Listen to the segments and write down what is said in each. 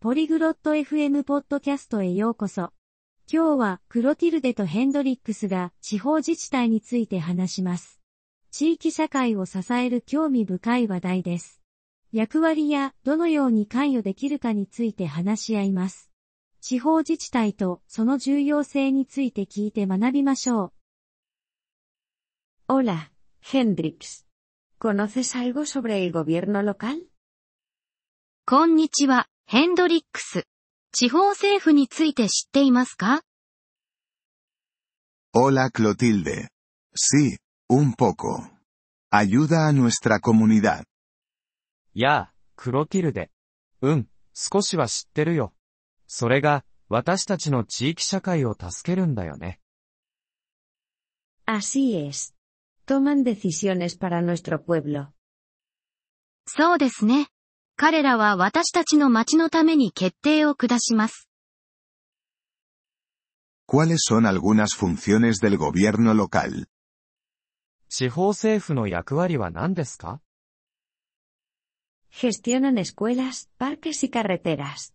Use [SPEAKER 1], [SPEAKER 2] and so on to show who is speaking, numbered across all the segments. [SPEAKER 1] ポリグロット FM ポッドキャストへようこそ。今日はクロティルデとヘンドリックスが地方自治体について話します。地域社会を支える興味深い話題です。役割やどのように関与できるかについて話し合います。地方自治体とその重要性について聞いて学びましょ
[SPEAKER 2] う。Hola, Hendrix. ¿Conoces algo sobre el gobierno local?
[SPEAKER 3] こんにちは、ヘンドリックス。地方政府について知っていますか
[SPEAKER 4] Hola Clotilde. Sí, un poco. Ayuda a nuestra comunidad.
[SPEAKER 5] やあ、クロティルデ。うん、少しは知ってるよ。それが、私たちの地域社会を助けるんだよね。
[SPEAKER 2] Así es. Toman decisiones para nuestro pueblo.
[SPEAKER 3] そうですね。彼らは私たちの町のために決定を下します。
[SPEAKER 4] ¿Cuáles son algunas funciones del gobierno local?
[SPEAKER 5] 地方政府の役割は何ですか
[SPEAKER 2] Gestionan escuelas, parques y carreteras.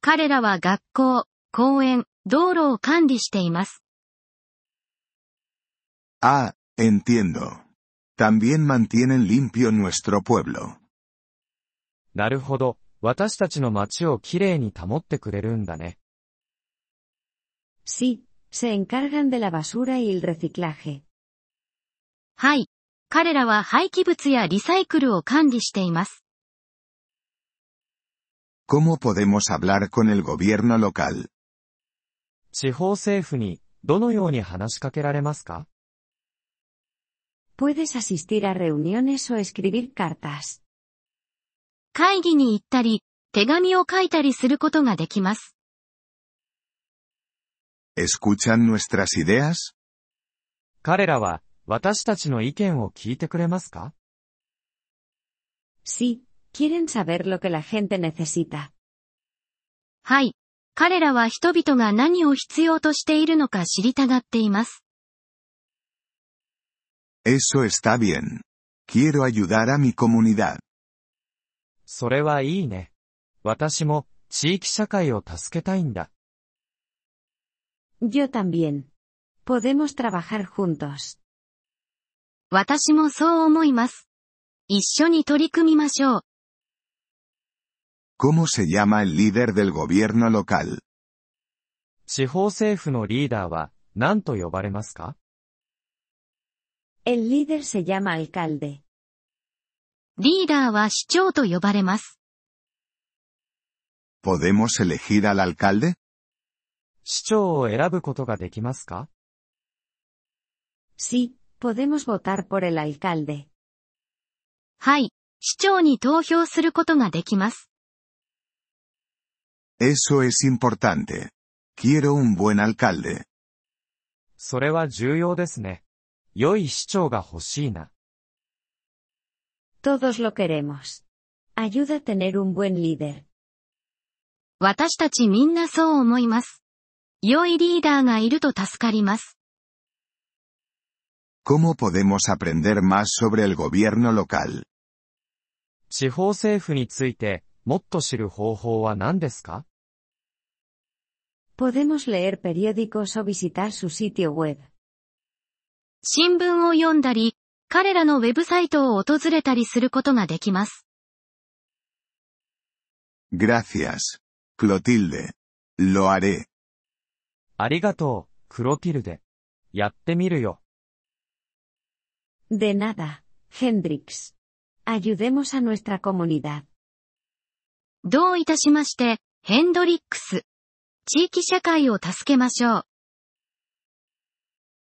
[SPEAKER 3] 彼らは学校、公園、道路を管理しています。
[SPEAKER 4] Ah, entiendo. También mantienen limpio nuestro pueblo.
[SPEAKER 5] なるほど。私たちの街をきれいに保ってくれるんだね。
[SPEAKER 2] Sí, se encargan de la basura y el reciclaje.
[SPEAKER 3] はい。彼らは廃棄物やリサイクルを管理しています。
[SPEAKER 4] ¿Cómo podemos hablar con el gobierno local?
[SPEAKER 5] 地方政府にどのように話しかけられますか
[SPEAKER 2] Puedes asistir a reuniones o escribir cartas.
[SPEAKER 3] 会議に行ったり、手紙を書いたりすることができます。
[SPEAKER 4] escuchan nuestras ideas?
[SPEAKER 5] 彼らは、私たちの意見を聞いてくれますか
[SPEAKER 2] Sí, quieren saber lo que la gente necesita.
[SPEAKER 3] はい。彼らは人々が何を必要としているのか知りたがっています。
[SPEAKER 4] Eso está bien. Quiero ayudar a mi comunidad.
[SPEAKER 5] それはいいね。私も、地域社会を助けたいんだ。
[SPEAKER 2] Yo también. Podemos trabajar juntos.
[SPEAKER 3] 私もそう思います。一緒に取り組みましょう。
[SPEAKER 4] ¿Cómo se llama el líder del gobierno local?
[SPEAKER 5] 地方政府のリーダーは、何と呼ばれますか
[SPEAKER 2] El líder se llama alcalde.
[SPEAKER 3] リーダーは市長と呼ばれます。
[SPEAKER 4] podemos elegir al alcalde?
[SPEAKER 5] 市長を選ぶことができますか
[SPEAKER 2] sí, podemos votar por el alcalde.
[SPEAKER 3] はい、市長に投票することができます。
[SPEAKER 4] eso es importante. quiero un buen alcalde.
[SPEAKER 5] それは重要ですね。良い市長が欲しいな。
[SPEAKER 2] Todos lo queremos. Ayuda a tener un buen líder.
[SPEAKER 3] 私たちみんなそう思います。良いリーダーがいると助かります。
[SPEAKER 4] ¿Cómo podemos aprender más sobre el gobierno local?
[SPEAKER 5] 地方政府についてもっと知る方法は何ですか
[SPEAKER 2] Podemos leer periódicos o visitar su sitio web.
[SPEAKER 3] 新聞を読んだり、彼らのウェブサイトを訪れたりすることができます。
[SPEAKER 4] Gracias, Clotilde. Lo haré.
[SPEAKER 5] ありがとう、クロティルデ。やってみるよ。
[SPEAKER 2] De nada, Hendrix. Ayudemos a nuestra comunidad.
[SPEAKER 3] どういたしまして、ヘンドリックス。地域社会を助けましょう。